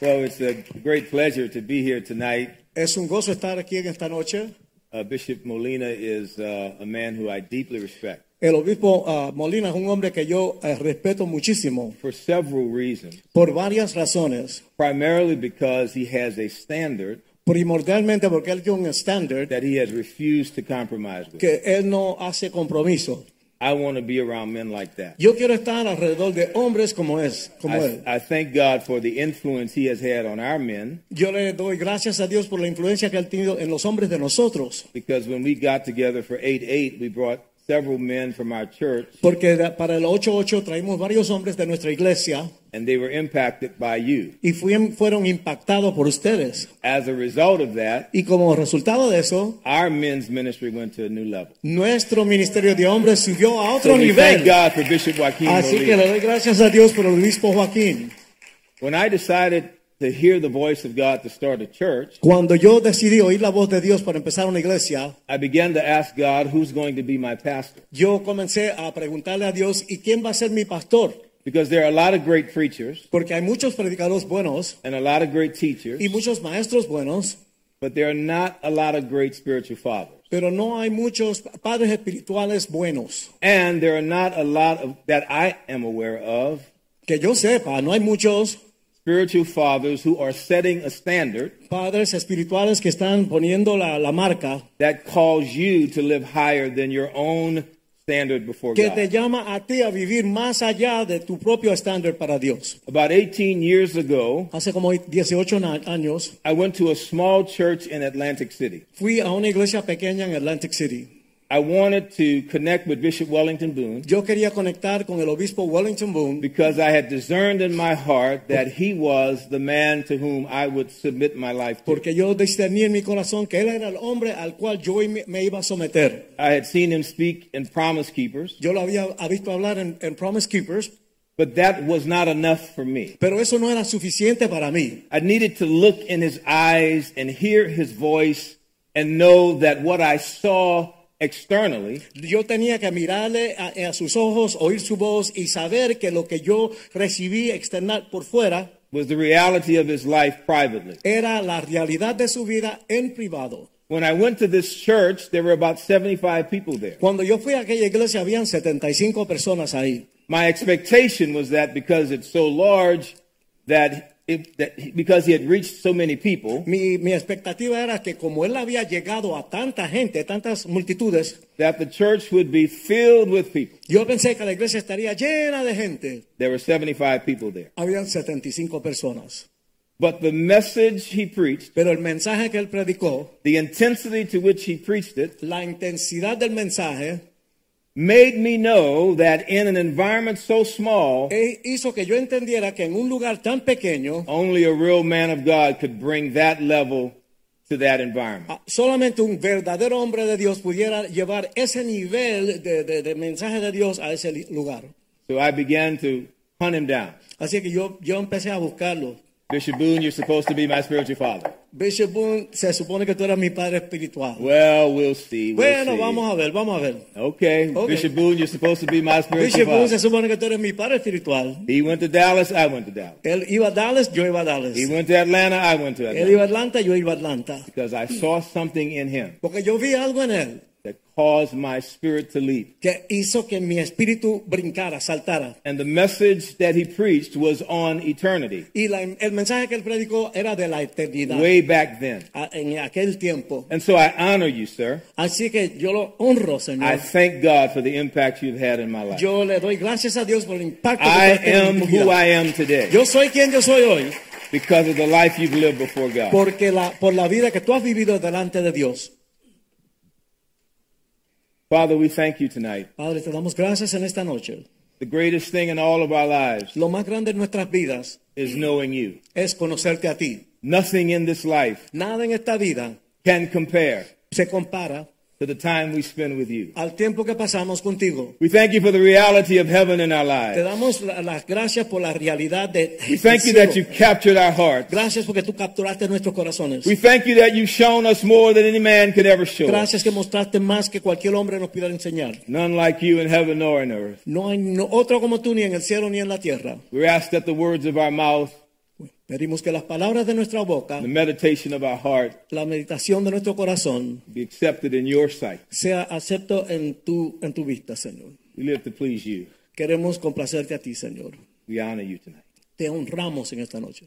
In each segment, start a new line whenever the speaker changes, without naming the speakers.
Well, it's a great pleasure to be here tonight.
Es un gozo estar aquí en esta noche.
Uh, Bishop Molina is uh, a man who I deeply respect
El obispo ah, Molina es un hombre que yo eh, respeto muchísimo
for several reasons.
por varias razones.
Primarily because he has a standard
Primordialmente porque él tiene un estándar
that he has refused to compromise with.
que él no hace compromiso.
I want to be around men like that.
Yo quiero estar alrededor de hombres como es, como
I,
él.
I thank God for the influence he has had on our men
Yo le doy gracias a Dios por la influencia que él ha tenido en los hombres de nosotros,
because when we got together for 8 8, we brought several men from our church
porque de- para el 8-8 traímos varios hombres de nuestra iglesia
and they were impacted by you.
y fuim- fueron impactados por ustedes.
As a result of that,
Y como resultado de eso,
our men's ministry went to a new level.
nuestro ministerio de hombres subió a otro
So we
nivel.
thank God for Bishop Joaquin
Así Ah, que
Molina.
le doy gracias a Dios por el obispo Joaquín.
When I decided to hear the voice of God to start a church,
Cuando yo decidí oír la voz de Dios para empezar una iglesia,
I began to ask God, who's going to be my pastor?
yo comencé a preguntarle a Dios, ¿y quién va a ser mi pastor?
Because there are a lot of great preachers
Porque hay muchos predicadores buenos
and a lot of great teachers,
y muchos maestros buenos,
but there are not a lot of great spiritual fathers.
pero no hay muchos padres espirituales buenos.
And there are not a lot of, that I am aware of,
Que yo sepa, no hay muchos
spiritual fathers who are setting a standard
padres espirituales que están poniendo la, la marca
that calls you to live higher than your own standard before
que te
God.
llama a ti a vivir más allá de tu propio estándar para Dios.
About 18 years ago,
Hace como 18 na- años
I went to a small church in Atlantic City.
Fui a una iglesia pequeña en Atlantic City.
I wanted to connect with Bishop Wellington Boone
Yo quería conectar con el obispo Wellington Boone
because I had discerned in my heart that he was the man to whom I would submit my life to.
porque yo discerní en mi corazón que él era el hombre al cual yo me me iba a someter.
I had seen him speak in Promise Keepers,
Yo lo había había visto hablar en, en Promise Keepers,
but that was not enough for me.
pero eso no era suficiente para mí.
I needed to look in his eyes and hear his voice and know that what I saw externally
Yo tenía que mirarle a, a sus ojos, oír su voz y saber que lo que yo recibí external por fuera
was the reality of his life privately.
era la realidad de su vida en privado.
When I went to this church, there were about 75 people there.
Cuando yo fui a aquella iglesia habían 75 personas ahí.
My expectation was that because it's so large, that, it, that because he had reached so many people,
Mi, mi expectativa era que como él había llegado a tanta gente, tantas multitudes,
that the church would be filled with people.
yo pensé que la iglesia estaría llena de gente.
There were 75 people there.
Habían 75 personas.
But the message he preached,
Pero el mensaje que él predicó,
the intensity to which he preached it,
la intensidad del mensaje,
made me know that in an environment so small,
eh, hizo que yo entendiera que en un lugar tan pequeño,
only a real man of God could bring that level to that environment.
ah, solamente un verdadero hombre de Dios pudiera llevar ese nivel de, de- de mensaje de Dios a ese li- lugar.
So I began to hunt him down.
Así que yo, yo empecé a buscarlo.
Bishop Boone, you're supposed to be my spiritual father.
Bishop Boone, se supone que tú eras mi padre espiritual.
Well, we'll see. We'll
Bueno,
see.
vamos a ver, vamos a ver.
Okay.
Okay.
Bishop Boone, you're supposed to be my spiritual
Bishop Boone se
father.
supone que tú eres mi padre espiritual.
He went to Dallas, I went to Dallas.
Él iba a Dallas, yo iba a Dallas.
He went to Atlanta, I went to
Él
Atlanta.
iba a Atlanta, yo iba a Atlanta.
Because I saw something in him
Porque yo vi algo en él
that caused my spirit to leap.
que hizo que mi espíritu brincara, saltara.
And the message that he preached was on eternity,
Y la- el mensaje que él predicó era de la eternidad
way back then.
a- en aquel tiempo.
And so I honor you, sir.
Así que yo lo honro,
I
Señor.
thank God for the impact you've had in my life.
Yo le doy gracias a Dios por el impacto que
I
tú has tenido en
am
tu
who
vida.
I am today
Yo soy quien yo soy hoy
because of the life you've lived before God.
porque la, por la vida que tú has vivido delante de Dios.
Father, we thank you tonight.
Padre, te damos gracias en esta noche.
The greatest thing in all of our lives
Lo más grande en nuestras vidas
is knowing you.
es conocerte a ti.
Nothing in this life
Nada en esta vida
can compare
se compara
to the time we spend with you.
al tiempo que pasamos contigo.
We thank you for the reality of heaven in our
Te
lives.
damos la- las gracias por la realidad de
We thank you that you captured our hearts.
Gracias porque tú capturaste nuestros corazones.
We thank you that you've shown us more than any man could ever show. us.
Gracias que mostraste más que cualquier hombre nos pudiera enseñar.
None like you in heaven nor in earth.
No hay no- otro como tú ni en el cielo ni en la tierra.
We ask that the words of our mouth,
Pedimos que las palabras de nuestra boca,
the meditation of our heart,
la meditación de nuestro corazón,
be accepted in your sight.
sea acepto en tu, en tu vista, Señor.
We live to please you.
Queremos complacerte a ti, Señor.
We honor you tonight.
Te honramos en esta noche.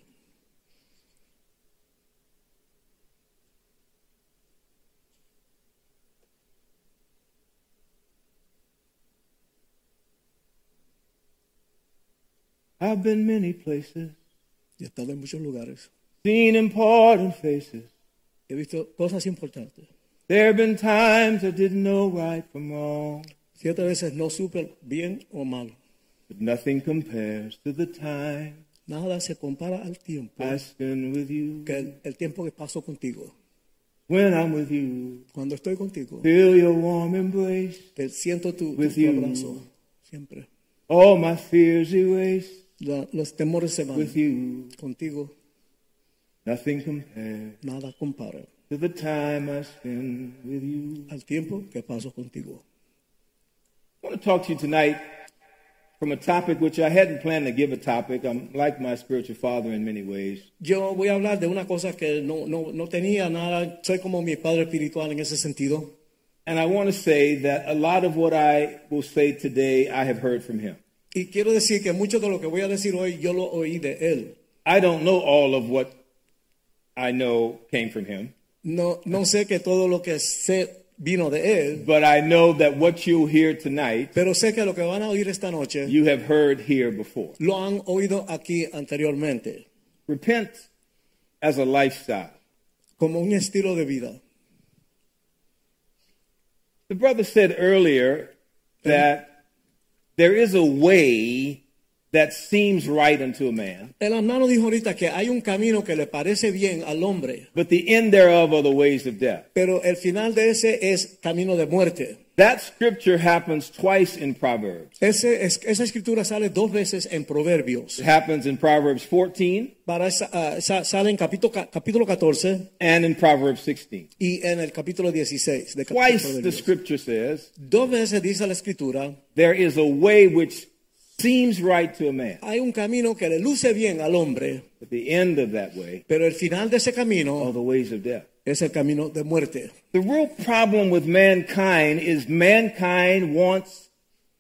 I've been many places,
He estado en muchos lugares.
seen important faces.
He visto cosas importantes.
There have been times I didn't know right from wrong,
Siete veces no supe bien o mal.
but nothing compares to the time
Nada se compara al tiempo.
I spend with you.
que el, el tiempo que paso contigo,
When I'm with you,
cuando estoy contigo,
feel your warm embrace,
te siento tu, tu
With you.
abrazo siempre.
all my fears erase
La- los temores se van.
with you.
Contigo
Nothing compares
nada compara
to the time I spend with you.
al tiempo que paso contigo.
I want to talk to you tonight from a topic which I hadn't planned to give a topic. I'm like my spiritual father in many ways.
Yo voy a hablar de una cosa que no, no, no tenía nada, soy como mi padre espiritual en ese sentido.
And I want to say that a lot of what I will say today, I have heard from him.
Y quiero decir que mucho de lo que voy a decir hoy yo lo oí de él.
I don't know all of what I know came from him,
No, no sé que todo lo que sé vino de él,
but I know that what you'll hear tonight,
pero sé que lo que van a oír esta noche
you have heard here before.
lo han oído aquí anteriormente,
Repent as a lifestyle.
como un estilo de vida.
The brother said earlier that there is a way that seems right unto a man,
El hermano dijo ahorita que hay un camino que le parece bien al hombre,
but the end thereof are the ways of death.
pero el final de ese es camino de muerte.
That scripture happens twice in Proverbs.
Ese es- esa escritura sale dos veces en Proverbios.
It happens in Proverbs 14
Para esa- ah, esa- sale en capítulo, ca- capítulo 14
and in Proverbs 16.
y en el capítulo 16 de capítulo
Twice the
Proverbios.
scripture says,
Dos veces dice la escritura,
There is a way which seems right to a man,
hay un camino que le luce bien al hombre,
but the end of that way
pero el final de ese
are
camino
the ways of death.
es el camino de muerte.
The real problem with mankind is mankind wants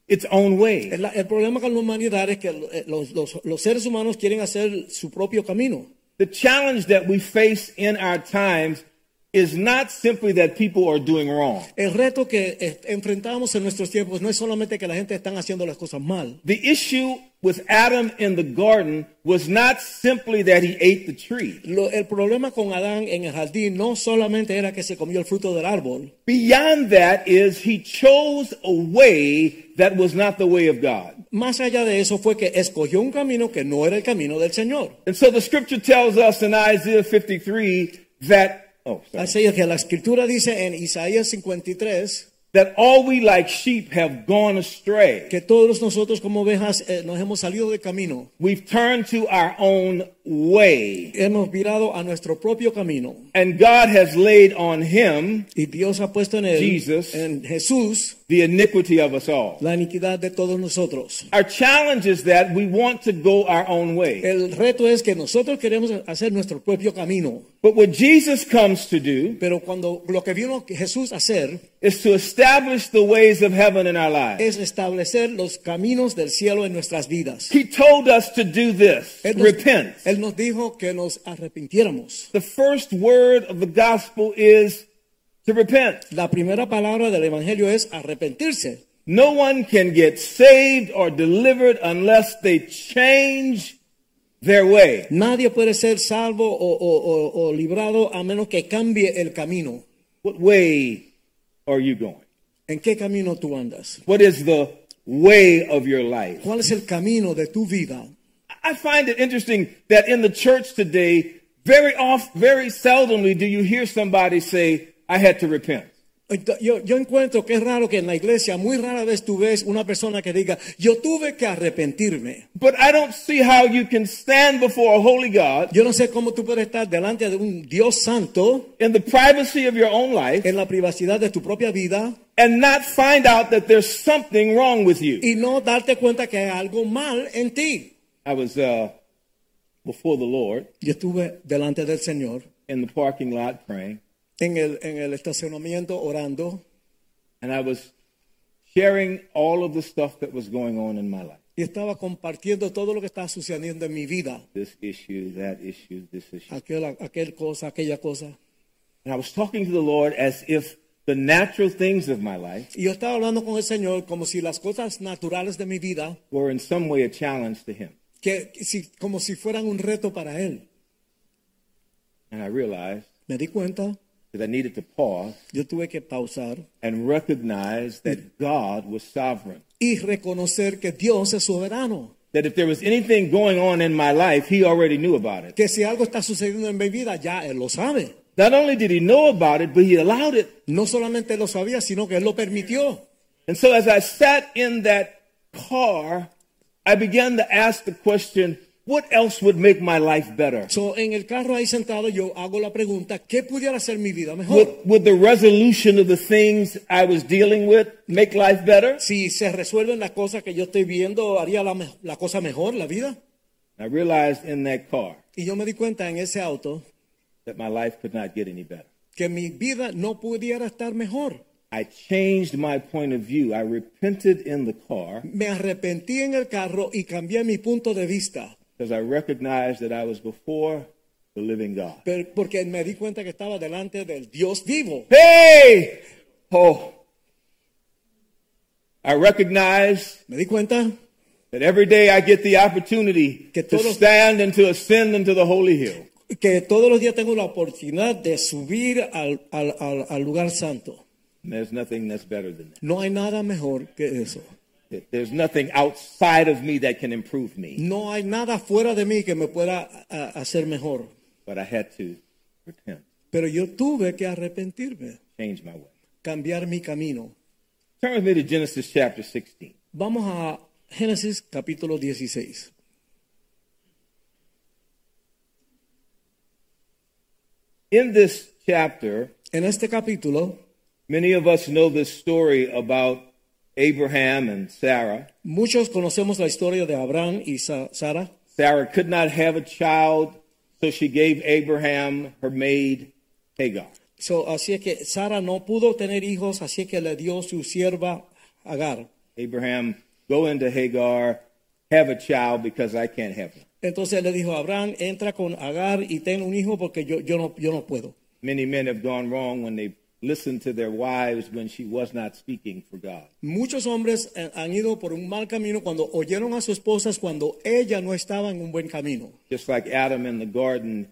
its own way.
El, el problema con la humanidad es que eh, los- los- los seres humanos quieren hacer su propio camino.
The challenge that we face in our times is not simply that people are doing wrong.
El reto que eh, enfrentamos en nuestros tiempos no es solamente que la gente está haciendo las cosas mal.
The issue with Adam in the garden was not simply that he ate the tree.
Lo- el problema con Adán en el jardín no solamente era que se comió el fruto del árbol,
Beyond that is he chose a way that was not the way of God.
más allá de eso fue que escogió un camino que no era el camino del Señor.
And so the scripture tells us in Isaiah 53 that oh sorry,
Así es que la escritura dice en Isaías 53
that all we like sheep have gone astray.
que todos nosotros como ovejas eh, nos hemos salido del camino,
We've turned to our own way.
hemos virado a nuestro propio camino.
And God has laid on him
Y Dios ha puesto en él,
Jesus.
en Jesús,
the iniquity of us all.
la iniquidad de todos nosotros.
Our challenge is that we want to go our own way.
El reto es que nosotros queremos hacer nuestro propio camino.
But what Jesus comes to do
Pero cuando lo que vino Jesús a hacer
is to establish the ways of heaven in our lives.
es establecer los caminos del cielo en nuestras vidas.
He told us to do this
Él nos,
repent.
Él nos dijo que nos arrepintiéramos.
The first word of the gospel is to repent.
La primera palabra del Evangelio es arrepentirse.
No one can get saved or delivered unless they change their way.
Nadie puede ser salvo o, o- o- o librado a menos que cambie el camino.
What way are you going?
¿En qué camino tú andas?
What is the way of your life?
¿Cuál es el camino de tu vida?
I find it interesting that in the church today, very oft, very seldomly do you hear somebody say, I had to repent.
Ento- Yo, yo encuentro que es raro que en la iglesia muy rara vez tú ves una persona que diga, yo tuve que arrepentirme.
But I don't see how you can stand before a holy God
Yo no sé cómo tú puedes estar delante de un Dios santo
in the privacy of your own life
en la privacidad de tu propia vida
and not find out that there's something wrong with you.
y no darte cuenta que hay algo mal en ti.
I was uh, before the Lord
Yo estuve delante del Señor
in the parking lot praying,
en el, en el estacionamiento orando
and I was sharing all of the stuff that was going on in my life.
y estaba compartiendo todo lo que estaba sucediendo en mi vida.
This issue, that issue, this issue.
Aquel, aquel cosa, aquella cosa.
And I was talking to the Lord as if the natural things of my life
Y yo estaba hablando con el Señor como si las cosas naturales de mi vida,
were in some way a challenge to Him.
que, si, como si fueran un reto para Él.
And I realized
Me di cuenta,
that I needed to pause
yo tuve que pausar
and recognize that God was sovereign.
y reconocer que Dios es soberano.
That if there was anything going on in my life, He already knew about it.
Que si algo está sucediendo en mi vida, ya Él lo sabe.
Not only did He know about it, but He allowed it.
No solamente lo sabía, sino que Él lo permitió.
And so as I sat in that car, I began to ask the question, what else would make my life better?
So, en el carro ahí sentado, yo hago la pregunta, ¿qué pudiera hacer mi vida mejor?
Would, would the resolution of the things I was dealing with make life better?
si se resuelven las cosas que yo estoy viendo, haría la, me- la cosa mejor, la vida.
I realized in that car
Y yo me di cuenta en ese auto
that my life could not get any better.
que mi vida no pudiera estar mejor.
I changed my point of view. I repented in the car
Me arrepentí en el carro y cambié mi punto de vista,
because I recognized that I was before the living God.
pero- porque me di cuenta que estaba delante del Dios vivo.
Hey! Oh. I recognized
Me di cuenta
That every day I get the opportunity
Que
to
todos-
stand and to ascend into the holy hill.
que todos los días tengo la oportunidad de subir al, al- al- al lugar santo.
And there's nothing that's better than that.
No hay nada mejor que eso.
that. There's nothing outside of me that can improve me.
No hay nada fuera de mí que me pueda a- hacer mejor.
But I had to repent,
Pero yo tuve que arrepentirme.
change my way.
cambiar mi camino.
Turn with me to Genesis chapter 16.
Vamos a Génesis capítulo 16.
In this chapter,
En este capítulo,
many of us know this story about Abraham and Sarah.
muchos conocemos la historia de Abraham y Sa- Sara.
Sarah could not have a child, so she gave Abraham her maid Hagar.
So, así es que Sara no pudo tener hijos, así es que le dio su sierva Agar.
Abraham, go into Hagar, have a child because I can't have one.
Entonces le dijo a Abraham, entra con Agar y ten un hijo porque yo, yo, no, yo no puedo.
Many men have gone wrong when they listened to their wives when she was not speaking for God.
Muchos hombres eh, han ido por un mal camino cuando oyeron a sus esposas cuando ella no estaba en un buen camino.
Just like Adam in the garden,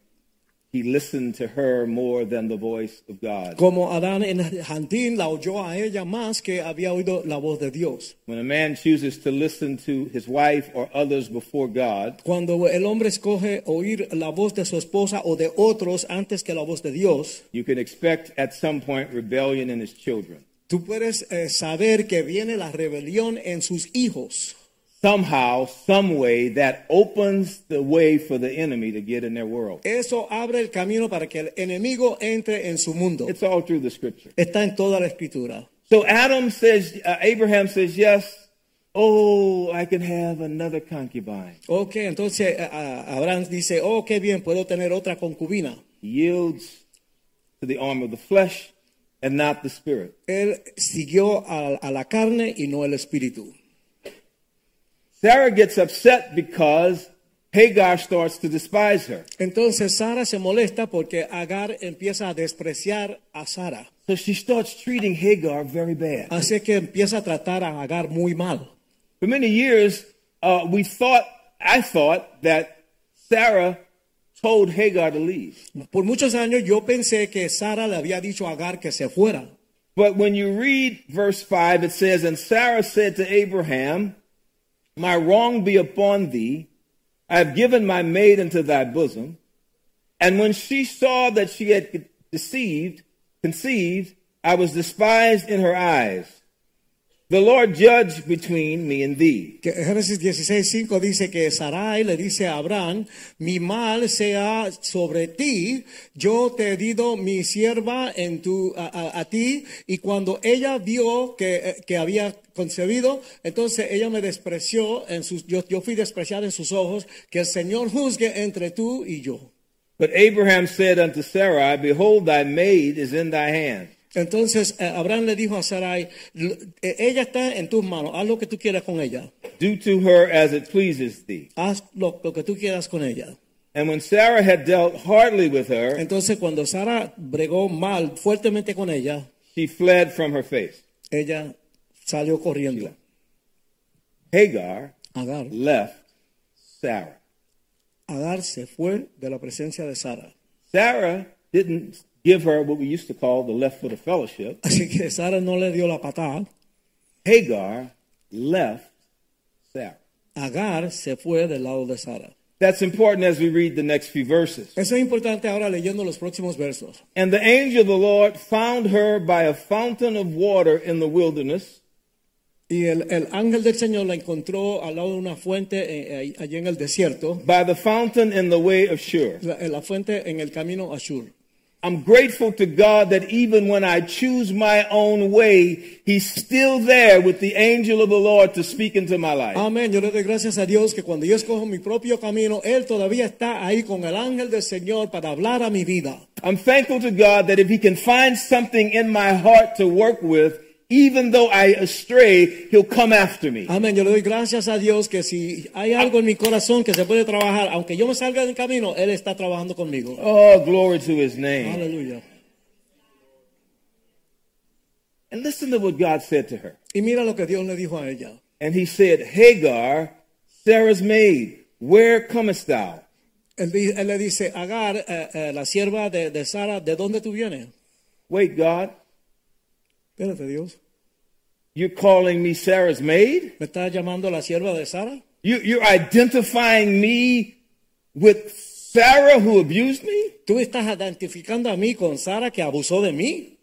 he listened to her more than the voice of God.
Como Adán en el jardín la oyó a ella más que había oído la voz de Dios.
When a man chooses to listen to his wife or others before God,
Cuando el hombre escoge oír la voz de su esposa o de otros antes que la voz de Dios,
you can expect at some point rebellion in his children.
tú puedes eh, saber que viene la rebelión en sus hijos.
Somehow, some way, that opens the way for the enemy to get in their world.
Eso abre el camino para que el enemigo entre en su mundo.
It's all through the scripture.
Está en toda la escritura.
So Adam says, uh, Abraham says, yes. Oh, I can have another concubine.
Ok, entonces eh, a- Abraham dice, oh, qué bien, puedo tener otra concubina.
He yields to the arm of the flesh and not the spirit.
Él siguió a- a la carne y no el espíritu.
Sarah gets upset because Hagar starts to despise her.
Entonces Sara se molesta porque Agar empieza a despreciar a Sara.
So she starts treating Hagar very bad.
Así es que empieza a tratar a Agar muy mal.
For many years, uh, we thought, I thought that Sarah told Hagar to leave.
Por muchos años yo pensé que Sara le había dicho a Agar que se fuera.
But when you read verse 5, it says, And Sarah said to Abraham, My wrong be upon thee, I have given my maid into thy bosom. And when she saw that she had deceived, conceived, I was despised in her eyes. The Lord judge between me and thee.
Que Génesis 16:5 dice que Sarai le dice a Abraham, mi mal sea sobre ti, yo te he dado mi sierva en tu, a, a- a ti, y cuando ella vio que, eh, que había concebido, entonces ella me despreció, en sus, yo, yo fui despreciado en sus ojos, que el Señor juzgue entre tú y yo.
But Abraham said unto Sarai, Behold, thy maid is in thy hand.
Entonces eh, Abraham le dijo a Sarai, "L- eh, ella está en tus manos, haz lo que tú quieras con ella,
Do to her as it pleases thee.
haz lo- lo que tú quieras con ella.
And when Sarah had dealt hardly with her,
Entonces cuando Sara bregó mal, fuertemente con ella,
she fled from her face.
ella salió corriendo.
Hagar
Agar,
left Sarah.
Agar se fue de la presencia de Sara.
Sarah didn't give her what we used to call the left foot of fellowship.
Así que Sara no le dio la patada.
Hagar left Sarah.
Agar se fue del lado de Sara.
That's important as we read the next few verses.
Eso es importante ahora leyendo los próximos versos.
And the angel of the Lord found her by a fountain of water in the wilderness,
Y el, el ángel del Señor la encontró al lado de una fuente eh, ahí- allí en el desierto,
by the fountain in the way of Shur.
la, en la fuente en el camino a Shur.
I'm grateful to God that even when I choose my own way, He's still there with the angel of the Lord to speak into my life.
Amén. Yo le doy gracias a Dios que cuando yo escojo mi propio camino, Él todavía está ahí con el ángel del Señor para hablar a mi vida.
I'm thankful to God that if He can find something in my heart to work with, even though I astray, He'll come after me.
Amén. Yo le doy gracias a Dios que si hay algo en mi corazón que se puede trabajar, aunque yo me salga del camino, Él está trabajando conmigo.
Oh, glory to His name.
Aleluya.
And listen to what God said to her.
Y mira lo que Dios le dijo a ella.
And he said, Hagar, Sarah's maid, where comest thou?
Él, di- él le dice, Agar, eh, eh, la sierva de, de Sara, ¿de dónde tú vienes?
Wait, God,
Espérate, Dios.
you're calling me Sarah's maid?
¿Me estás llamando la sierva de Sara?
You, you're identifying me with Sarah who abused me?
¿Tú estás identificando a mí con Sara que abusó de mí?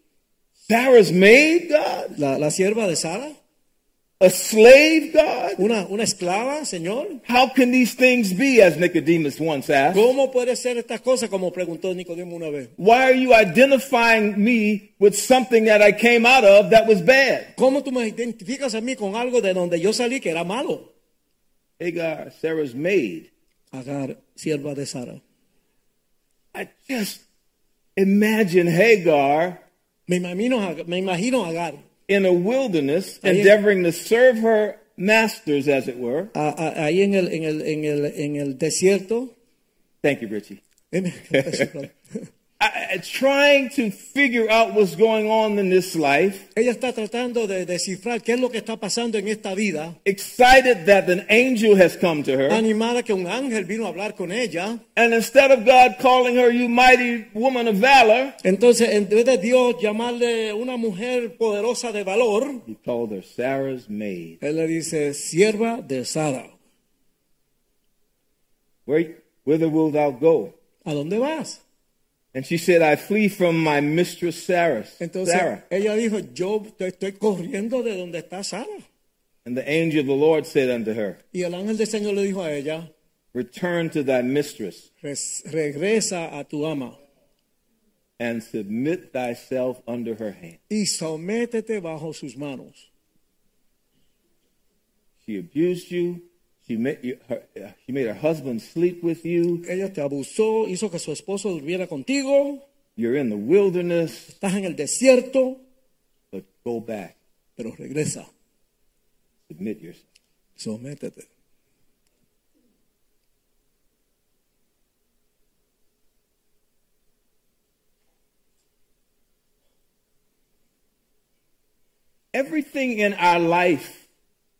Sarah's maid, God?
¿La, la sierva de Sara?
A slave, God?
¿Una, ¿Una esclava, Señor?
How can these things be, as Nicodemus once asked?
¿Cómo puede ser estas cosas? Como preguntó Nicodemo una vez.
Why are you identifying me with something that I came out of that was bad?
¿Cómo tú me identificas a mí con algo de donde yo salí que era malo?
Hagar, Sarah's maid.
Agar, sierva de Sara.
I just imagine Hagar
Me imagino, a- me imagino a Agar
in a wilderness,
Ahí en-
endeavoring to serve her masters, as it were.
a- a- ahí en el, en el, en el, en el desierto.
Thank you, Richie.
Em-
I, I- trying to figure out what's going on in this life,
Ella está tratando de descifrar qué es lo que está pasando en esta vida.
excited that an angel has come to her.
Animada que un ángel vino a hablar con ella.
And instead of God calling her, you mighty woman of valor,
Entonces, en vez de Dios llamarle una mujer poderosa de valor,
he called her Sarah's maid.
él le dice, sierva de Sara.
Where, whither wilt thou go?
¿A dónde vas?
And she said, I flee from my mistress Sarah.
Entonces
Sarah.
ella dijo, yo te estoy corriendo de donde está Sara.
And the angel of the Lord said unto her,
Y el ángel del Señor le dijo a ella,
Return to thy mistress
"Res- regresa a tu ama
and submit thyself under her hand.
y sométete bajo sus manos.
She abused you. She made, you, her, uh, she made her husband sleep with you.
Ella te abusó, hizo que su esposo durmiera contigo,
You're in the wilderness,
estás en el desierto,
but go back.
pero regresa,
Submit yourself.
sométete.
Everything in our life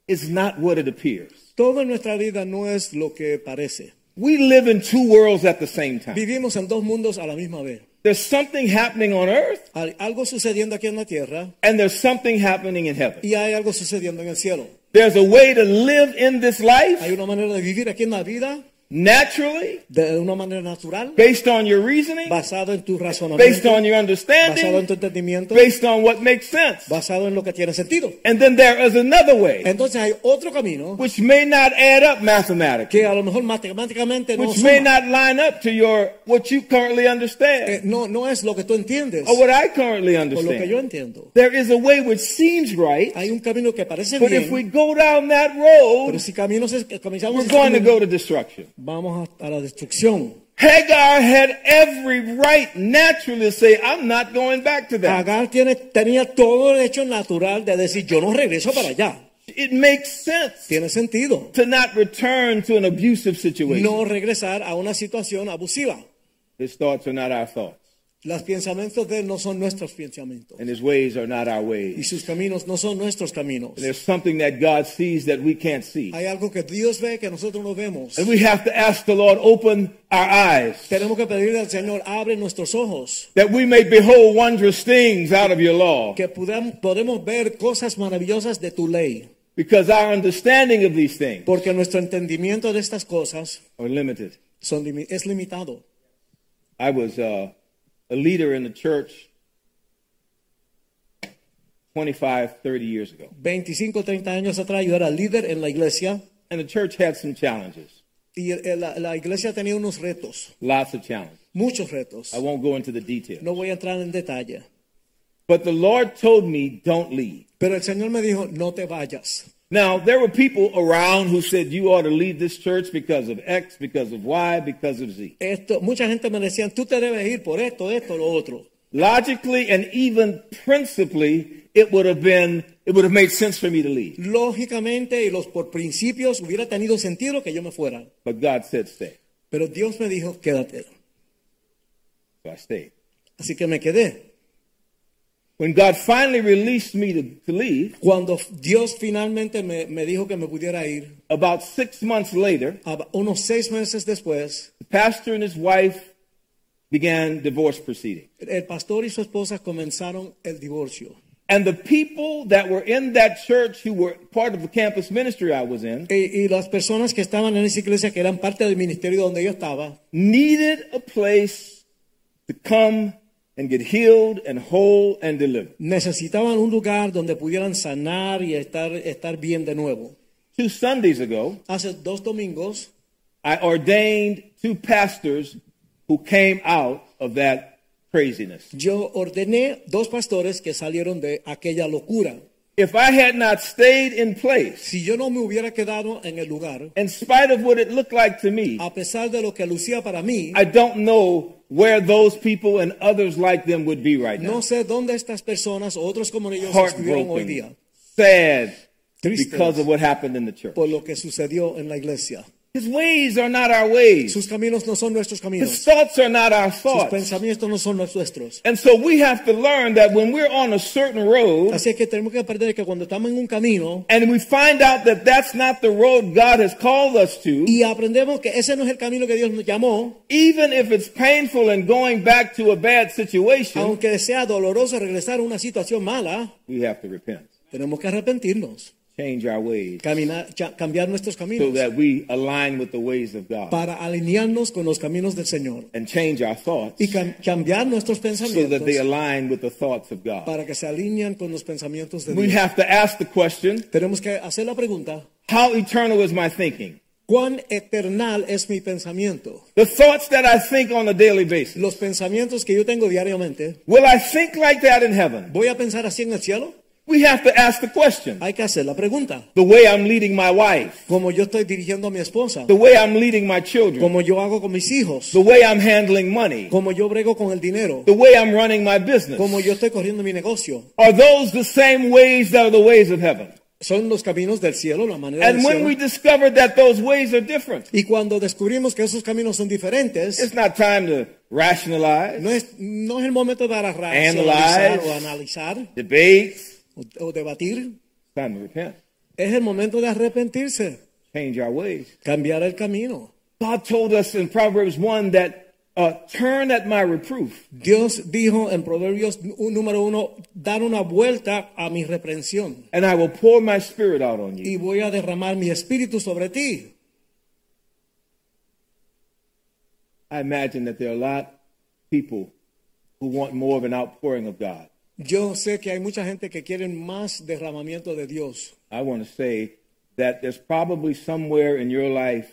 is not what it appears.
Todo en nuestra vida no es lo que parece.
We live in two worlds at the same time.
Vivimos en dos mundos a la misma vez.
There's something happening on earth,
Hay algo sucediendo aquí en la tierra
and there's something happening in heaven.
y hay algo sucediendo en el cielo.
There's a way to live in this
Hay
life,
una manera de vivir aquí en la vida
naturally,
de una manera natural,
based on your reasoning,
basado en tu
based on
razonamiento,
your
basado en tu
understanding,
entendimiento,
based on what makes sense.
basado en lo que tiene sentido.
And then there is another way,
Entonces hay otro camino
which may not add up mathematically,
que a lo mejor matemáticamente no,
which may
suma.
not line up to your what you currently
Eh,
understand
no, no es lo que tú entiendes
or what I currently
o Eh, lo que yo
Oh, understand.
entiendo.
There is a way which seems right,
Hay un camino que parece
but if we
bien,
go down that
pero
road,
si caminos es- que comenzamos
we're
ese
going to
camino,
go to destruction.
vamos a, a la destrucción.
Hagar had every right naturally to say, I'm not going back to that.
Agar tiene, tenía todo el hecho natural de decir yo no regreso para allá.
It makes sense
Tiene sentido
to not return to an abusive situation.
no regresar a una situación abusiva.
His thoughts are not our thoughts,
Los pensamientos de él no son nuestros pensamientos.
and his ways are not our
Y
ways.
sus caminos no son nuestros caminos.
And there's something that God sees that we can't see.
Hay algo que Dios ve que nosotros no vemos.
And we have to ask the Lord, open our eyes,
Tenemos que pedirle al Señor, abre nuestros ojos,
that we may behold wondrous things out of your law.
que podamos, podemos ver cosas maravillosas de tu ley.
Because our understanding of these things
Porque nuestro entendimiento de estas cosas
are limited.
son, limi- es limitado.
I was uh, a leader in the church 25, 30 years ago.
25, 30 años atrás yo era líder en la iglesia
And the church had some challenges,
y el- el- la, la iglesia tenía unos retos,
lots of challenges.
muchos retos.
I won't go into the details.
No voy a entrar en detalle.
But the Lord told me, don't leave.
Pero el Señor me dijo, no te vayas.
Now, there were people around who said, you ought to leave this church because of X, because of Y, because of Z.
Esto, mucha gente me decía, tú te debes ir por esto, esto, lo otro.
Logically and even principally, it would have been, it would have made sense for me to leave.
Lógicamente y los por principios hubiera tenido sentido que yo me fuera.
But God said, stay.
Pero Dios me dijo, quédate.
So I stayed.
Así que me quedé.
When God finally released me to, to leave,
Cuando Dios finalmente me, me dijo que me pudiera ir,
about six months later,
a- unos seis meses después,
the pastor and his wife began divorce proceedings.
el pastor y su esposa comenzaron el divorcio.
And the people that were in that church who were part of the campus ministry I was in
Y, y las personas que estaban en esa iglesia, que eran parte del ministerio donde yo estaba,
needed a place to come and get healed and whole and delivered.
necesitaban un lugar donde pudieran sanar y estar, estar bien de nuevo.
Two Sundays ago,
Hace dos domingos
I ordained two pastors who came out of that craziness.
yo ordené dos pastores que salieron de aquella locura.
If I had not stayed in place,
Si yo no me hubiera quedado en el lugar,
in spite of what it looked like to me,
a pesar de lo que lucía para mí,
I don't know where those people and others like them would be right now.
no sé dónde estas personas o otros como ellos estuvieron hoy día
Heartbroken, sad
Tristes.
because of what happened in the church.
por lo que sucedió en la iglesia.
His ways are not our ways.
Sus caminos no son nuestros
His
caminos.
thoughts are not our
Sus
thoughts.
pensamientos no son los nuestros.
And so we have to learn that when we're on a certain road
Así que tenemos que aprender que cuando estamos en un camino,
and we find out that that's not the road God has called us to,
Y aprendemos que ese no es el camino que Dios nos llamó,
even if it's painful and going back to a bad situation,
aunque sea doloroso regresar a una situación mala,
we have to repent,
tenemos que arrepentirnos,
change our ways
caminar, cha- cambiar nuestros
so
caminos
that we align with the ways of God
para alinearnos con los caminos del Señor
and change our thoughts
y cam- cambiar nuestros
so that they
pensamientos
align with the thoughts of God.
para que se alinean con los pensamientos de
We
Dios.
have to ask the question,
Tenemos que hacer la pregunta,
how eternal is my thinking?
¿cuán eternal es mi pensamiento?
The thoughts that I think on a daily basis.
Los pensamientos que yo tengo diariamente,
Will I think like that in heaven?
¿voy a pensar así en el cielo?
We have to ask the question.
Hay que hacer la pregunta,
the way I'm leading my wife,
como yo estoy dirigiendo a mi esposa,
the way I'm leading my children,
como yo hago con mis hijos.
the way I'm handling money,
como yo brego con el dinero,
the way I'm running my business.
como yo estoy corriendo mi negocio,
Are those the same ways that are the ways of heaven?
son los caminos del cielo, la manera del
And when we
cielo.
discover that those ways are different,
Y cuando descubrimos que esos caminos son diferentes,
it's not time to rationalize,
no es, no es el momento para racionalizar
Analyze.
o analizar
debate, it's
o, o debatir,
time to repent,
es el momento de arrepentirse,
change our ways.
cambiar el camino.
God told us in Proverbs 1 that uh, turn at my reproof.
Dios dijo en Proverbios n- número uno, dar una vuelta a mi reprensión
And I will pour my spirit out on you.
y voy a derramar mi espíritu sobre ti.
I imagine that there are a lot of people who want more of an outpouring of God.
Yo sé que hay mucha gente que quiere más derramamiento de Dios.
I want to say that there's probably somewhere in your life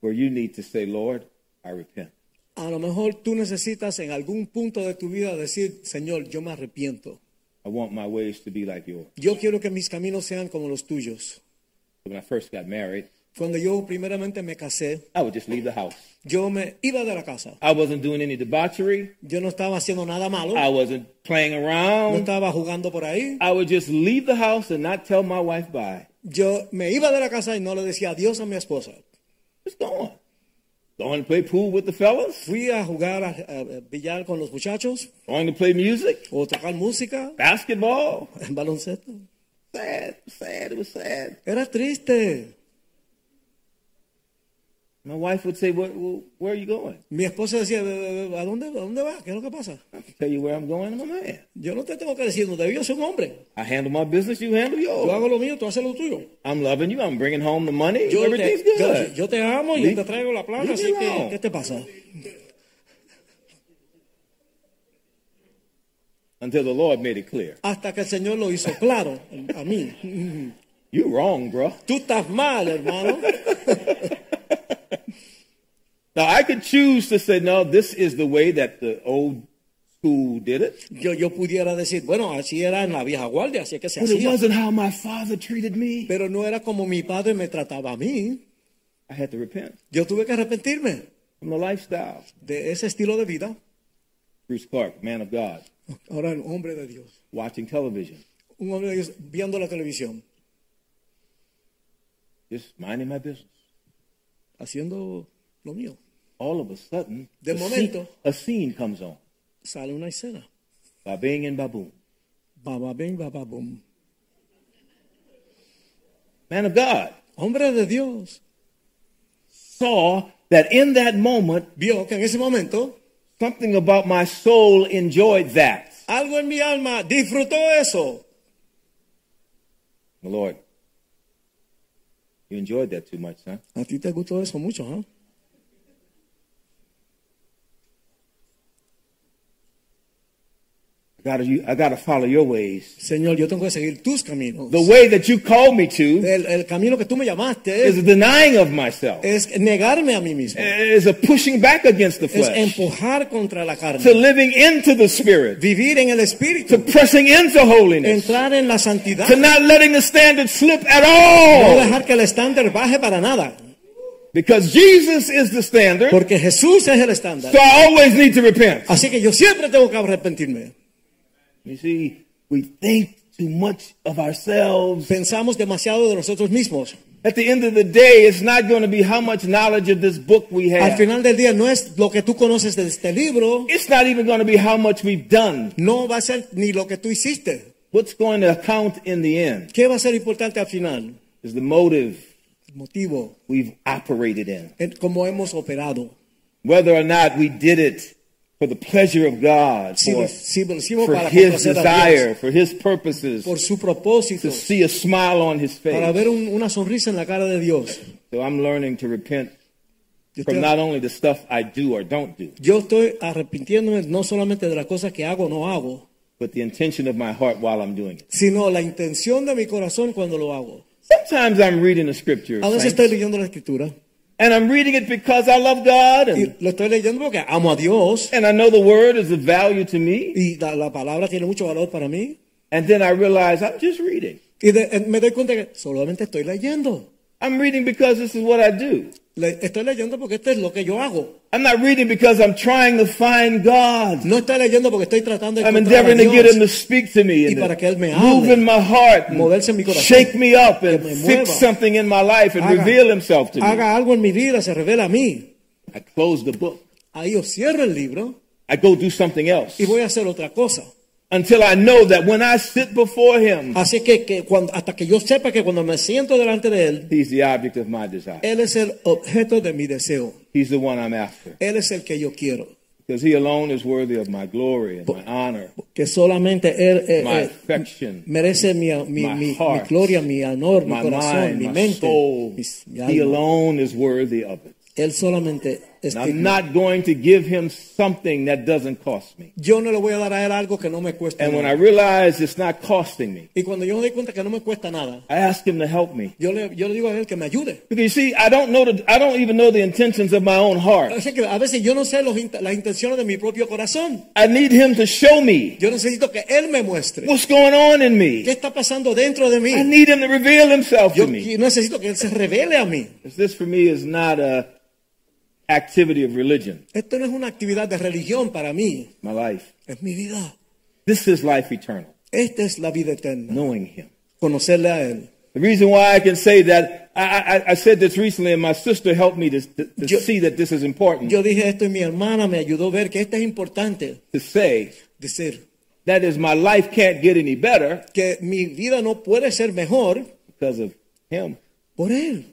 where you need to say, Lord, I repent.
A lo mejor tú necesitas en algún punto de tu vida decir, Señor, yo me arrepiento.
I want my ways to be like yours.
Yo quiero que mis caminos sean como los tuyos.
When I first got married,
Cuando yo primeramente me casé,
I would just leave the house.
yo me iba de la casa.
I wasn't doing any debauchery.
Yo no estaba haciendo nada malo.
I wasn't playing
No
around.
estaba jugando por ahí.
I would just leave the house and not tell my wife bye.
Yo me iba de la casa y no le decía adiós a mi esposa.
Just going. Going to play pool with the fellas.
Fui a jugar a, a- a billar con los muchachos
Going to play music.
o tocar música,
Basketball.
baloncesto.
Sad. Sad. It was sad.
Era triste.
My wife would say, well, well, where are you going?
Mi esposa decía, "Eh, eh, ¿a dónde, ¿a dónde vas? ¿Qué es lo que pasa?
I can tell you where I'm going. I'm a man.
Yo no te tengo que decir dónde vivo, soy un hombre.
I handle my business. You handle
Yo hago
yours.
lo mío, tú haces lo tuyo.
I'm loving you. I'm bringing home the money.
Yo
Everything's
te, yo,
good.
yo te amo y
Leave-
yo te traigo la plata,
leave
así
me
que,
alone.
¿qué te pasa?
Until the Lord made it clear.
Hasta que el Señor lo hizo claro a mí.
You're wrong, bro.
Tú estás mal, hermano.
Now I could choose to say, no, this is the way that the old school did it.
Yo, yo pudiera decir, bueno, así era en la vieja guardia, así es que se
But it
hacía.
wasn't how my father treated me.
Pero no era como mi padre me trataba a mí.
I had to repent
Yo tuve que arrepentirme
from the lifestyle.
de ese estilo de vida.
Bruce Clark, man of God,
Ahora un hombre de Dios.
watching television,
Un hombre de Dios viendo la televisión,
just minding my business.
haciendo lo mío.
All of a sudden,
De
a,
momento.
scene, a scene comes on.
Sale una escena.
Ba-bing and ba-boom.
Baba bing, baba boom.
Man of God
Hombre de Dios
saw that in that moment,
vio que en ese momento
something about my soul enjoyed that.
algo en mi alma disfrutó eso.
The Lord, you enjoyed that too much, huh?
A ti te gustó eso mucho, ¿ah?
I gotta, you, I gotta follow your ways.
Señor, yo tengo que seguir tus caminos.
The way that you called me to
El, el camino que tú me llamaste
is a
es,
denying of myself,
es negarme a mí mismo.
is a pushing back against the
Es
flesh,
empujar contra la
to
carne.
living into the Spirit,
Vivir en el
to
Espíritu.
pressing into holiness,
Entrar en la santidad.
to not letting the standard slip at
No
all.
dejar que el estándar baje para nada.
Because Jesus is the standard,
Porque Jesús es el estándar.
so I always need to repent.
Así que yo siempre tengo que arrepentirme.
You see, we think too much of ourselves.
Pensamos demasiado de nosotros mismos.
At the end of the day, it's not going to be how much knowledge of this book we
Al
have.
final del día no es lo que tú conoces de este libro.
It's not even going to be how much we've done.
No va a ser ni lo que tú hiciste.
What's going to count in the end
¿Qué va a ser importante al final?
is the motive
El motivo.
we've operated in.
en cómo hemos operado.
Whether or not we did it for the pleasure of God,
Si lo,
for,
si lo hicimos
for
para
His
complacer a Dios,
desire, for His purposes,
por su propósito,
to see a smile on His
para
face.
ver un- una sonrisa en la cara de Dios.
So I'm learning to repent
Yo estoy,
from not only the stuff I do or don't do,
yo estoy arrepintiéndome no solamente de las cosas que hago o no hago,
but the intention of my heart while I'm doing it.
sino la intención de mi corazón cuando lo hago.
Sometimes I'm reading the scripture,
A veces
saints,
estoy leyendo la escritura
and I'm reading it because I love God, and,
y lo estoy leyendo porque amo a Dios
and I know the word is of value to me,
y la, la palabra tiene mucho valor para mí
and then I realize I'm just reading.
y de- eh, me doy cuenta que solamente estoy leyendo.
I'm reading because this is what I do.
Le- estoy leyendo porque esto es lo que yo hago.
I'm not reading because I'm trying to find God.
No estoy leyendo porque estoy tratando de
I'm
encontrar a
endeavoring to get
Dios.
him to speak to me and
Y para que él me
to
hable.
move in my heart, and
Moverse en mi corazón.
shake me up, and
Que me
fix
mueva.
something in my life and
Haga-
reveal himself to me.
haga algo en mi vida, se revela a mí.
I close the book.
Ahí yo cierro el libro
I go do something else
y voy a hacer otra cosa.
until I know that when I sit before him,
Así que, que cuando, hasta que yo sepa que cuando me siento delante de Él,
he's the object of my desire.
Él es el objeto de mi deseo.
He's the one I'm after
Él es el que yo quiero.
because he alone is worthy of my glory and my honor,
Que solamente Él eh,
my
eh,
affection,
merece mi, mi,
My
mi-
heart.
mi gloria, mi honor, mi
my
corazón,
mind,
mi
my
mente.
soul.
mis- mi
He
alma.
alone is worthy of it.
Él solamente
And I'm
estigma.
not going to give him something that doesn't cost me.
Yo no le voy a dar a él algo que no me cueste
And when I
nada.
realize it's not costing me,
Y cuando yo me doy cuenta que no me cuesta nada,
I ask him to help me.
yo le, yo le digo a él que me ayude.
Because you see, I don't know the, I don't even know the intentions of my own
O
heart.
sea que a veces yo no sé los int- las intenciones de mi propio corazón.
I need him to show me
Yo necesito que él me muestre
what's going on in
qué
me.
está pasando dentro de mí.
I need him to reveal himself
Yo
to me.
qui- necesito que él se revele a mí.
This for me is not a activity of religion,
Esto no es una actividad de religión para mí,
my life.
es mi vida.
This is life eternal,
Esta es la vida eterna,
knowing him.
conocerle a él.
The reason why I can say that, I, I, I- I said this recently, and my sister helped me to, to, to
Yo-
see that this is important.
Yo dije esto y mi hermana me ayudó a ver que esto es importante.
to say
Decir
that is, my life can't get any better
que mi vida no puede ser mejor
because of him.
por él.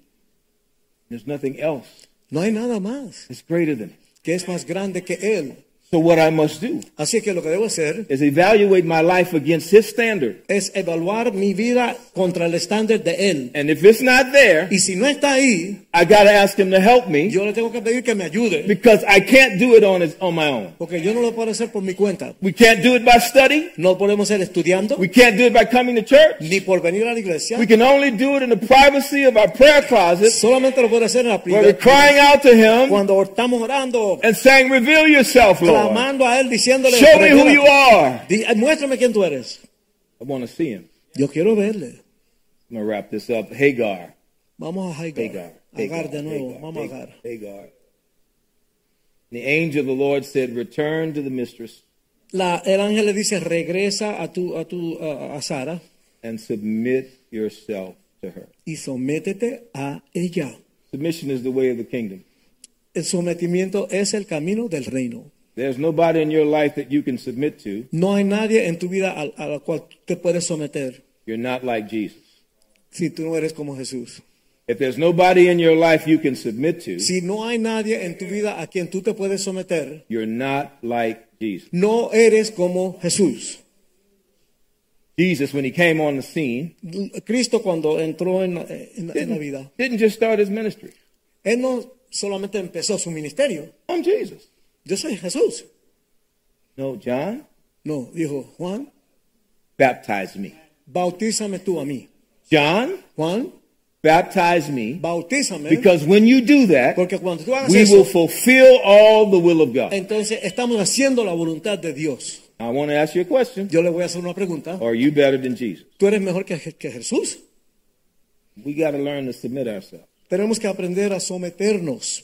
There's nothing else
No hay nada más
that's greater than him.
que es más grande que él.
So, what I must do
Así que lo que debo hacer
is evaluate my life against his standard.
es evaluar mi vida contra el estándar de él.
And if it's not there,
Y si no está ahí,
I got to ask him to help me
yo le tengo que pedir que me ayude.
because I can't do it on, his, on my own.
Porque yo no lo puedo hacer por mi cuenta.
We can't do it by study.
No lo podemos ser estudiando,
We can't do it by coming to church.
ni por venir a la iglesia.
We can only do it in the privacy of our prayer closet
Solamente lo puede hacer en la
where we're
primera.
crying out to him
Cuando estamos orando,
and saying, Reveal yourself, Lord.
clamando a Él, diciéndole,
Show me who
"Revela-
you are.
Di- eh, muéstrame quién tú eres.
I want to see him.
Yo quiero verle.
I'm going to wrap this up. Hagar.
Vamos a Hagar.
Hagar.
Agar de nuevo.
Hagar,
Vamos a
Hagar,
Agar.
Hagar. The angel of the Lord said, Return to the mistress
La- el ángel le dice, regresa a tu, a tu, a, a Sara
and submit yourself to her.
y sométete a ella.
Submission is the way of the kingdom.
El sometimiento es el camino del reino.
There's nobody in your life that you can submit to.
No hay nadie en tu vida al- a, la cual te puedes someter
You're not like Jesus.
si tú no eres como Jesús.
If there's nobody in your life you can submit to,
Si no hay nadie en tu vida a quien tú te puedes someter,
you're not like Jesus.
no eres como Jesús.
Jesus, when he came on the scene,
Cristo cuando entró en, en- en la vida,
didn't just start his ministry.
Él no solamente empezó su ministerio.
I'm Jesus.
Yo soy Jesús.
No, John,
No, dijo Juan,
baptize me.
bautízame tú a mí.
John,
Juan,
baptize me.
bautízame.
Because when you do that,
porque cuando tú hagas
we
eso,
will fulfill all the will of God.
entonces estamos haciendo la voluntad de Dios.
I want to ask you a question.
Yo le voy a hacer una pregunta.
Are you better than Jesus?
¿Tú eres mejor que, que Jesús?
We got to learn to submit ourselves.
Tenemos que aprender a someternos.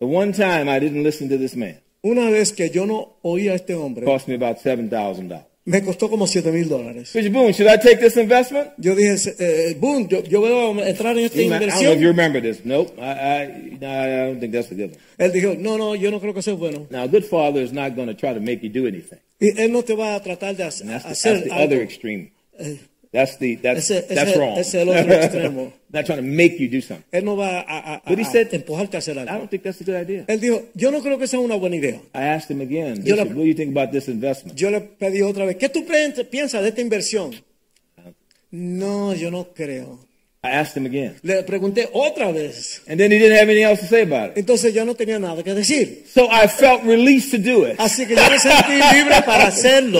The one time I didn't listen to this man,
Una vez que yo no oía a este
it
hombre,
cost me about $7,000.
me costó como 7 mil dólares.
Bishop Boone, should I take this investment?
Yo dije, eh, boom, yo, yo voy a entrar en esta
I don't know if you
inversión.
remember this. Nope. I, I, no, I don't think that's a good one.
Él dijo, no, no, yo no creo que sea bueno.
Now, a good father is not going to try to make you do anything.
Y él no te va a tratar de hac-
And that's the, that's
hacer
the
algo.
other extreme.
Uh,
That's the that's
Ese- ese-
that's wrong.
ese es el otro extremo.
not trying to make you do something.
Él no va a, a-
But he
a-
said-
empujarte a hacer
I
algo.
don't think that's a good idea.
Él dijo, yo no creo que sea una buena idea.
I asked him again,
Yo la-
Bishop, what do you think about this investment?
Yo le pedí otra vez, ¿qué tú pre- piensas de esta inversión? No, yo no creo.
I asked him again.
Le pregunté otra vez.
And then he didn't have anything else to say about it.
Entonces yo no tenía nada que decir.
So I felt released to do it.
Así que yo me sentí libre para hacerlo.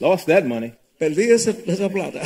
Lost that money.
Perdí ese- esa plata.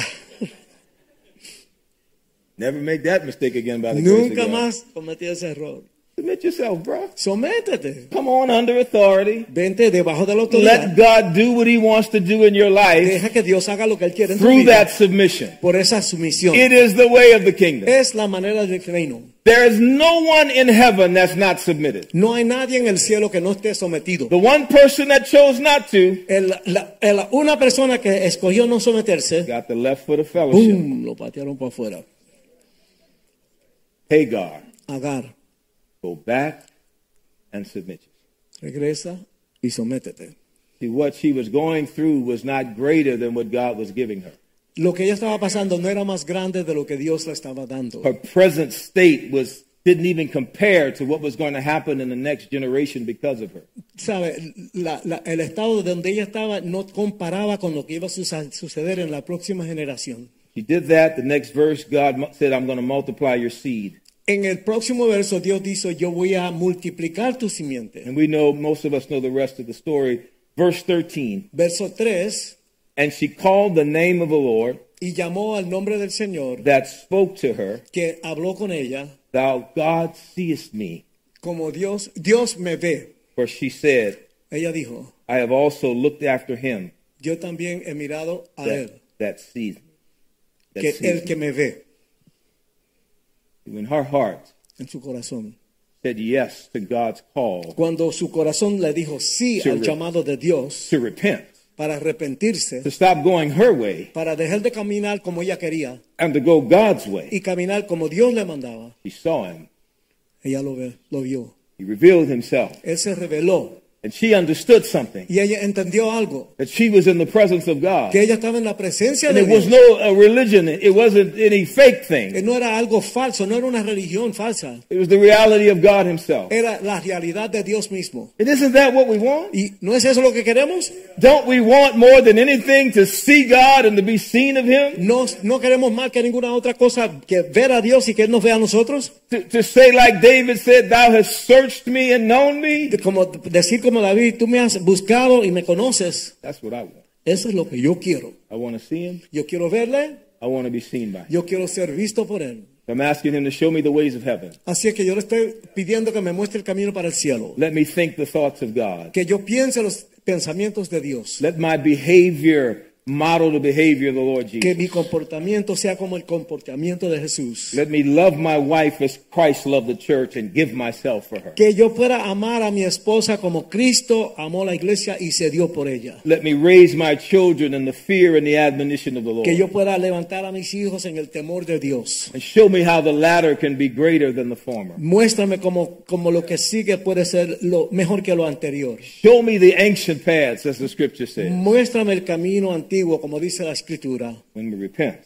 Never make that mistake again by the grace of
Nunca
God.
más cometí ese error.
Submit yourself, bro.
Sométete.
Come on under authority.
Vente debajo de la autoridad.
Let God do what he wants to do in your life
Deja que Dios haga lo que Él quiere en tu
through
vida
that submission.
por esa sumisión.
It is the way of the kingdom.
Es la manera del reino.
There is no one in heaven that's not submitted.
No hay nadie en el cielo que no esté sometido.
The one person that chose not to
El- la- el- una persona que escogió no someterse,
got the left foot of fellowship.
¡boom! lo patearon para afuera.
Hagar,
Agar,
go back and submit.
regresa y sométete.
See, what she was going through was not greater than what God was giving her.
Lo que ella estaba pasando no era más grande de lo que Dios le estaba dando.
her present state was didn't even compare to what was going to happen in the next generation because of her.
¿Sabe? La- la- el estado de donde ella estaba no comparaba con lo que iba a susa- suceder en la próxima generación.
She did that. The next verse, God mu- said, "I'm going to multiply your seed."
En el próximo verso Dios dice, yo voy a multiplicar tu simiente.
And we know, most of us know the rest of the story. Verse 13.
Verso 3,
And she called the name of the Lord
y llamó al nombre del Señor
that spoke to her,
que habló con ella,
Thou God seest me.
como Dios, Dios me ve.
For she said,
Ella dijo,
I have also looked after him
yo también he mirado a
that,
él,
that sees me. That
que
sees
él que
me.
me ve
When her heart
en su corazón.
said yes to God's call
Cuando su corazón le dijo sí
To
al
re-
llamado de Dios
to repent,
para arrepentirse,
to stop going her way
para dejar de caminar como ella quería
and to go God's way,
y caminar como Dios le mandaba,
she saw him.
ella lo, ve- lo vio.
He revealed himself.
Él se reveló
And she understood something
y ella entendió algo,
that she was in the presence of God.
que ella estaba en la presencia
And
de
it was
Dios.
no uh, religion, it wasn't any fake
Que
thing.
no era algo falso, no era una religión falsa,
It was the reality of God Himself.
era la realidad de Dios mismo.
And isn't that what we want?
¿Y no es eso lo que queremos?
Don't we want more than anything to see God and to be seen of Him?
No, no queremos más que ninguna otra cosa que ver a Dios y que Él nos vea a nosotros.
To, to say, like David said, Thou hast searched me and known me?
De- Como decir como David, tú me has buscado y me conoces.
That's what I want.
Eso es lo que yo quiero.
I want to see Him.
Yo quiero verle,
I want to be seen by Him.
yo quiero ser visto por Él.
I'm asking Him to show me the ways of heaven.
Así es que yo le estoy pidiendo que me muestre el camino para el cielo.
Let me think the thoughts of God.
Que yo piense los pensamientos de Dios.
Let my behavior model the behavior of the Lord
Que
Jesus.
mi comportamiento sea como el comportamiento de Jesús.
Let me love my wife as Christ loved the church and give myself for her.
Que yo pueda amar a mi esposa como Cristo amó la iglesia y se dio por ella.
Let me raise my children in the fear and the admonition of the Lord.
Que yo pueda levantar a mis hijos en el temor de Dios.
And show me how the latter can be greater than the former.
Muéstrame como, como lo que sigue puede ser lo mejor que lo anterior.
Show me the ancient paths, as the scripture says,
Muéstrame el camino antiguo, como dice la escritura.
when we repent.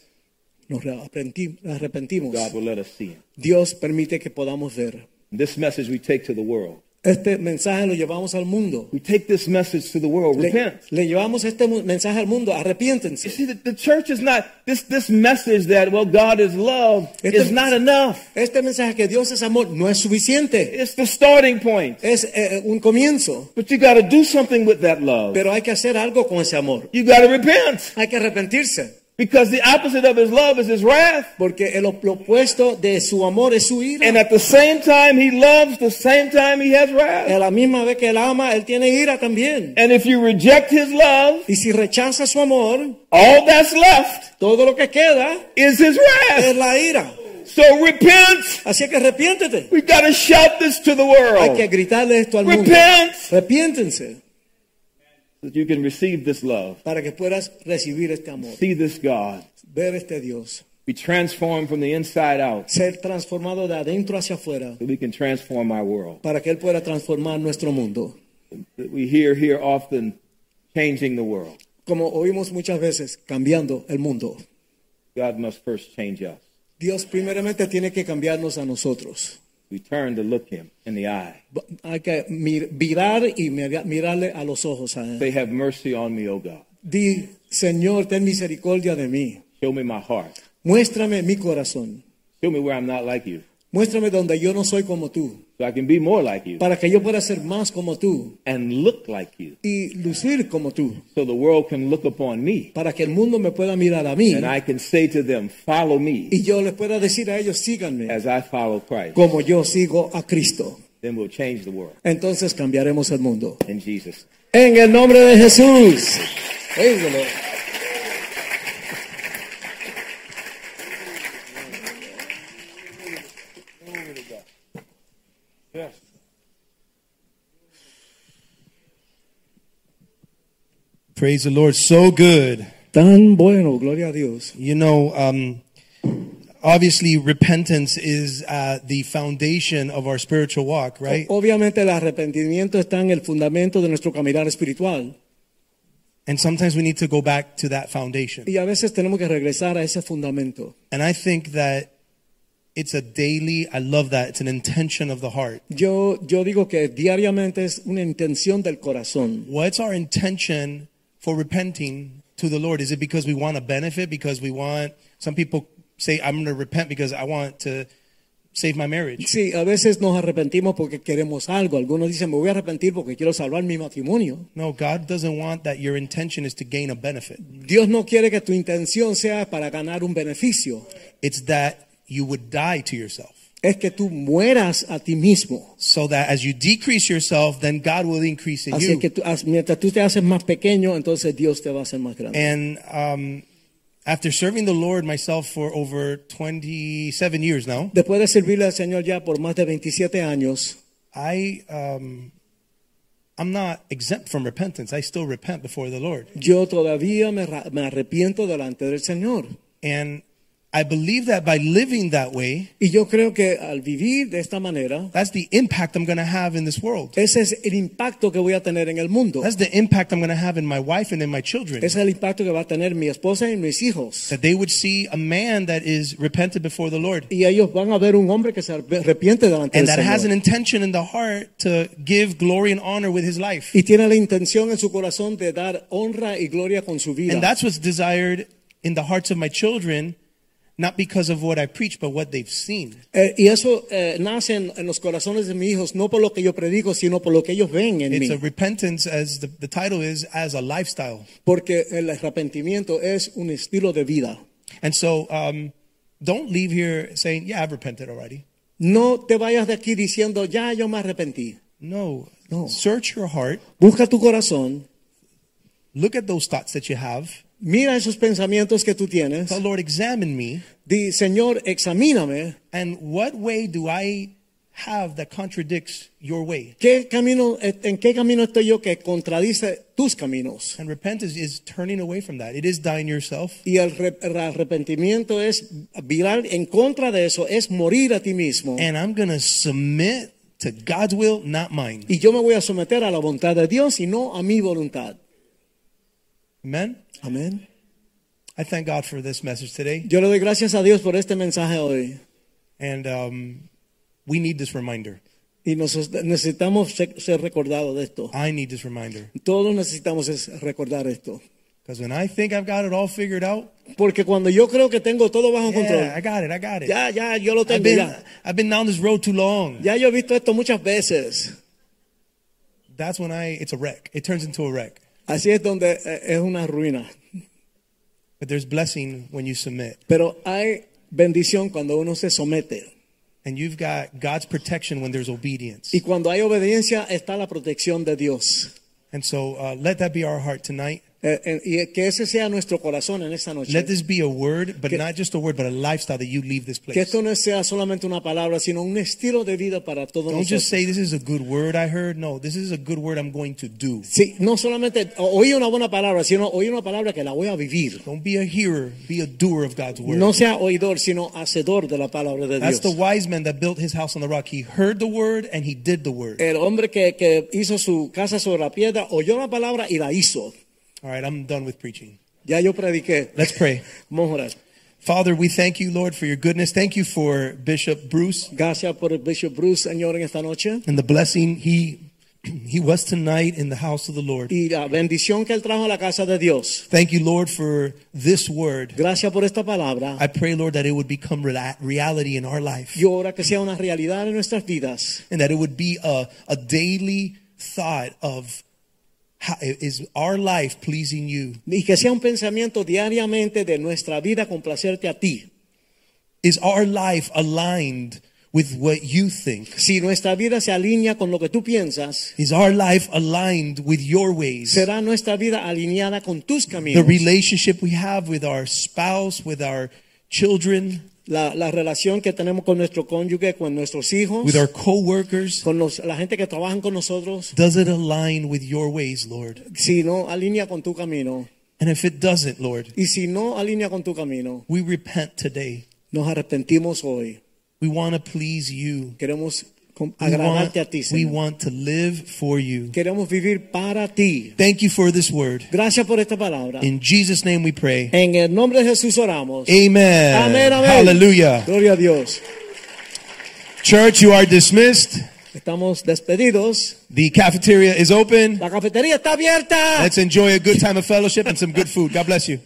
Nos re- aprendí- arrepentimos.
God will let us see him.
Dios permite que podamos ver.
This message we take to the world.
Este mensaje lo llevamos al mundo.
We take this message to the world.
Le,
Repent.
le llevamos este mu- mensaje al mundo.
You
Arrepiéntense.
see, the, the church is not, this, this message that, well, God is love,
Este-
is not enough.
Este mensaje que Dios es amor no es suficiente.
It's the starting point.
Es eh, un comienzo.
But you got to do something with that love.
Pero hay que hacer algo con ese amor.
You got to repent.
Hay que arrepentirse.
Because the opposite of his love is his wrath.
Porque el op- lo opuesto de su amor es su ira.
And at the same time he loves, the same time he has
a
wrath.
la misma vez que él ama, él tiene ira también.
And if you reject his love,
Y si rechaza su amor,
all that's left
todo lo que queda
is his
es
wrath.
la ira.
So repent.
Así que arrepiéntete.
We've got to shout this to the
Hay que
world.
gritarle esto al mundo.
Repent.
Arrepiéntense
That you can receive this love,
para que puedas recibir este amor,
see this God,
ver este Dios,
be transformed from the inside out
ser transformado de adentro hacia afuera
so we can transform our world.
para que Él pueda transformar nuestro mundo.
That we hear here often changing the world.
Como oímos muchas veces, cambiando el mundo.
God must first change us.
Dios primeramente tiene que cambiarnos a nosotros.
We turn to look him in the eye.
Hay que mir- mirar y mira- mirarle a los ojos a Él.
Say, have mercy on me, O God.
Di, Señor, ten misericordia de mí.
Show me my heart.
Muéstrame mi corazón.
Show me where I'm not like you,
Muéstrame donde yo no soy como tú,
so I can be more like you
para que yo pueda ser más como tú
and look like you,
y lucir como tú,
so the world can look upon me
para que el mundo me pueda mirar a mí
and I can say to them, Follow me
y yo les pueda decir a ellos, síganme,
as I follow Christ.
como yo sigo a Cristo.
Then we'll change the world
Entonces cambiaremos el mundo.
in Jesus.
En el nombre de Jesús. Praise the Lord.
Praise the Lord. So good.
Tan bueno, gloria a Dios.
You know, um, obviously, repentance is uh, the foundation of our spiritual walk, right?
Obviamente el arrepentimiento está en el fundamento de nuestro caminar espiritual
And sometimes we need to go back to that foundation.
y a veces tenemos que regresar a ese fundamento.
And I think that it's a daily, I love that. It's an intention of the heart.
Yo, yo digo que diariamente es una intención del corazón.
What's our intention for repenting to the Lord? Is it because we want to benefit? Because we want, some people say, I'm going to repent because I want to save my marriage.
Sí, a veces nos arrepentimos porque queremos algo. Algunos dicen, me voy a arrepentir porque quiero salvar mi matrimonio.
No, God doesn't want that your intention is to gain a benefit.
Dios no quiere que tu intención sea para ganar un beneficio.
It's that you would die to yourself.
Es que tú mueras a ti mismo.
So that as you decrease yourself, then God will increase in
Así
you.
es que tú- as- mientras tú te haces más pequeño, entonces Dios te va a hacer más grande.
And um, after serving the Lord myself for over 27 years now,
Después de servirle al Señor ya por más de 27 años,
I um, I'm not exempt from repentance. I still repent before the Lord,
yo todavía me, ra- me arrepiento delante del Señor.
and I believe that by living that way,
Y yo creo que al vivir de esta manera,
that's the impact I'm going to have in this world.
ese es el impacto que voy a tener en el mundo.
That's the impact I'm going to have in my wife and in my children.
Ese es el impacto que va a tener mi esposa y mis hijos.
That they would see a man that is repented before the Lord,
Y ellos van a ver un hombre que se arpe- arrepiente delante
and
del
that has an
Señor.
intention in the heart to give glory and honor with his life.
Y tiene la intención en su corazón de dar honra y gloria con su vida.
And that's what's desired in the hearts of my children, not because of what I preach, but what they've seen.
Eh, y eso eh, nace en, en los corazones de mis hijos, no por lo que yo predico, sino por lo que ellos ven en
It's
mí.
a repentance, as the, the title is, as a lifestyle.
Porque el arrepentimiento es un estilo de vida.
And so um, don't leave here saying, yeah, I've repented already.
No te vayas de aquí diciendo, ya yo me arrepentí.
No.
No.
Search your heart.
Busca tu corazón,
Look at those thoughts that you have.
mira esos pensamientos que tú tienes.
Tell the Lord, examine me.
Di, Señor, examíname.
And what way do I have that contradicts your way?
¿Qué camino, e-, ¿En qué camino estoy yo que contradice tus caminos?
And repentance is turning away from that. It is dying yourself.
Y el, re- el arrepentimiento es virar en contra de eso, es morir a ti mismo.
And I'm going to submit to God's will, not mine.
y yo me voy a someter a la voluntad de Dios y no a mi voluntad.
Amen.
Amén.
I thank God for this message today,
Yo le doy gracias a Dios por este mensaje hoy.
and um, we need this reminder.
Y nos- necesitamos ser, ser recordados de esto.
I need this reminder
Todos necesitamos es recordar esto.
because when I think I've got it all figured out,
Porque cuando yo creo que tengo todo bajo
yeah, I
control,
got it, I got it.
ya, ya, yo lo
I've
tengo.
been
ya.
I've been down this road too long.
ya yo he visto esto muchas veces.
That's when I it's a wreck. It turns into a wreck.
Así es donde eh, es una ruina.
But there's blessing when you submit,
Pero hay bendición cuando uno se somete.
and you've got God's protection when there's obedience.
Y cuando hay obediencia está la protección de Dios.
And so uh, let that be our heart tonight.
Eh, eh, y que ese sea nuestro corazón en esta noche.
Let this be a word, but
Que-
not just a word, but a lifestyle that you leave this
Que
place.
esto no sea solamente una palabra, sino un estilo de vida para todos
Don't
nosotros.
just say this is a good word I heard. No, this is a good word I'm going to do.
Sí, no solamente oí una buena palabra, sino oí una palabra que la voy a vivir.
Don't be a hearer, be a doer of God's word.
No sea oidor, sino hacedor de la palabra de
That's
Dios.
the wise man that built his house on the rock. He heard the word and he did the word.
El hombre que, que hizo su casa sobre la piedra oyó la palabra y la hizo.
All right, I'm done with preaching.
Ya yo prediqué.
Let's pray.
Vamos a orar.
Father, we thank you, Lord, for your goodness. Thank you for Bishop Bruce
Gracias por el Bishop Bruce, Señor, en esta noche.
and the blessing he he was tonight in the house of the Lord.
Y la bendición que él trajo a la casa de Dios.
Thank you, Lord, for this word.
Gracias por esta palabra.
I pray, Lord, that it would become rela- reality in our life
Y ahora que sea una realidad en nuestras vidas.
and that it would be a, a daily thought of how, is our life pleasing you?
Y que sea un pensamiento diariamente de nuestra vida complacerte a ti.
Is our life aligned with what you think?
Si nuestra vida se alinea con lo que tú piensas,
Is our life aligned with your ways?
será nuestra vida alineada con tus
The
caminos.
relationship we have with our spouse, with our children,
La, la relación que tenemos con nuestro cónyuge, con nuestros hijos,
with our coworkers,
con los- la gente que trabaja con nosotros,
does it align with your ways, Lord?
si no alinea con tu camino.
And if it doesn't, Lord,
Y si no alinea con tu camino,
we repent today.
nos arrepentimos hoy.
We want to please you.
Queremos com-
We want,
agradarte a ti,
we
Señor.
want to live for you.
Queremos vivir para ti.
Thank you for this word.
Gracias por esta palabra.
In Jesus' name we pray.
En el nombre de Jesús oramos.
Amen.
Amén, amén.
Hallelujah.
Gloria a Dios.
Church, you are dismissed.
Estamos despedidos.
The cafeteria is open.
La cafetería está abierta.
Let's enjoy a good time of fellowship and some good food. God bless you.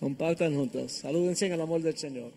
Compartan juntos. Salúdense en el amor del Señor.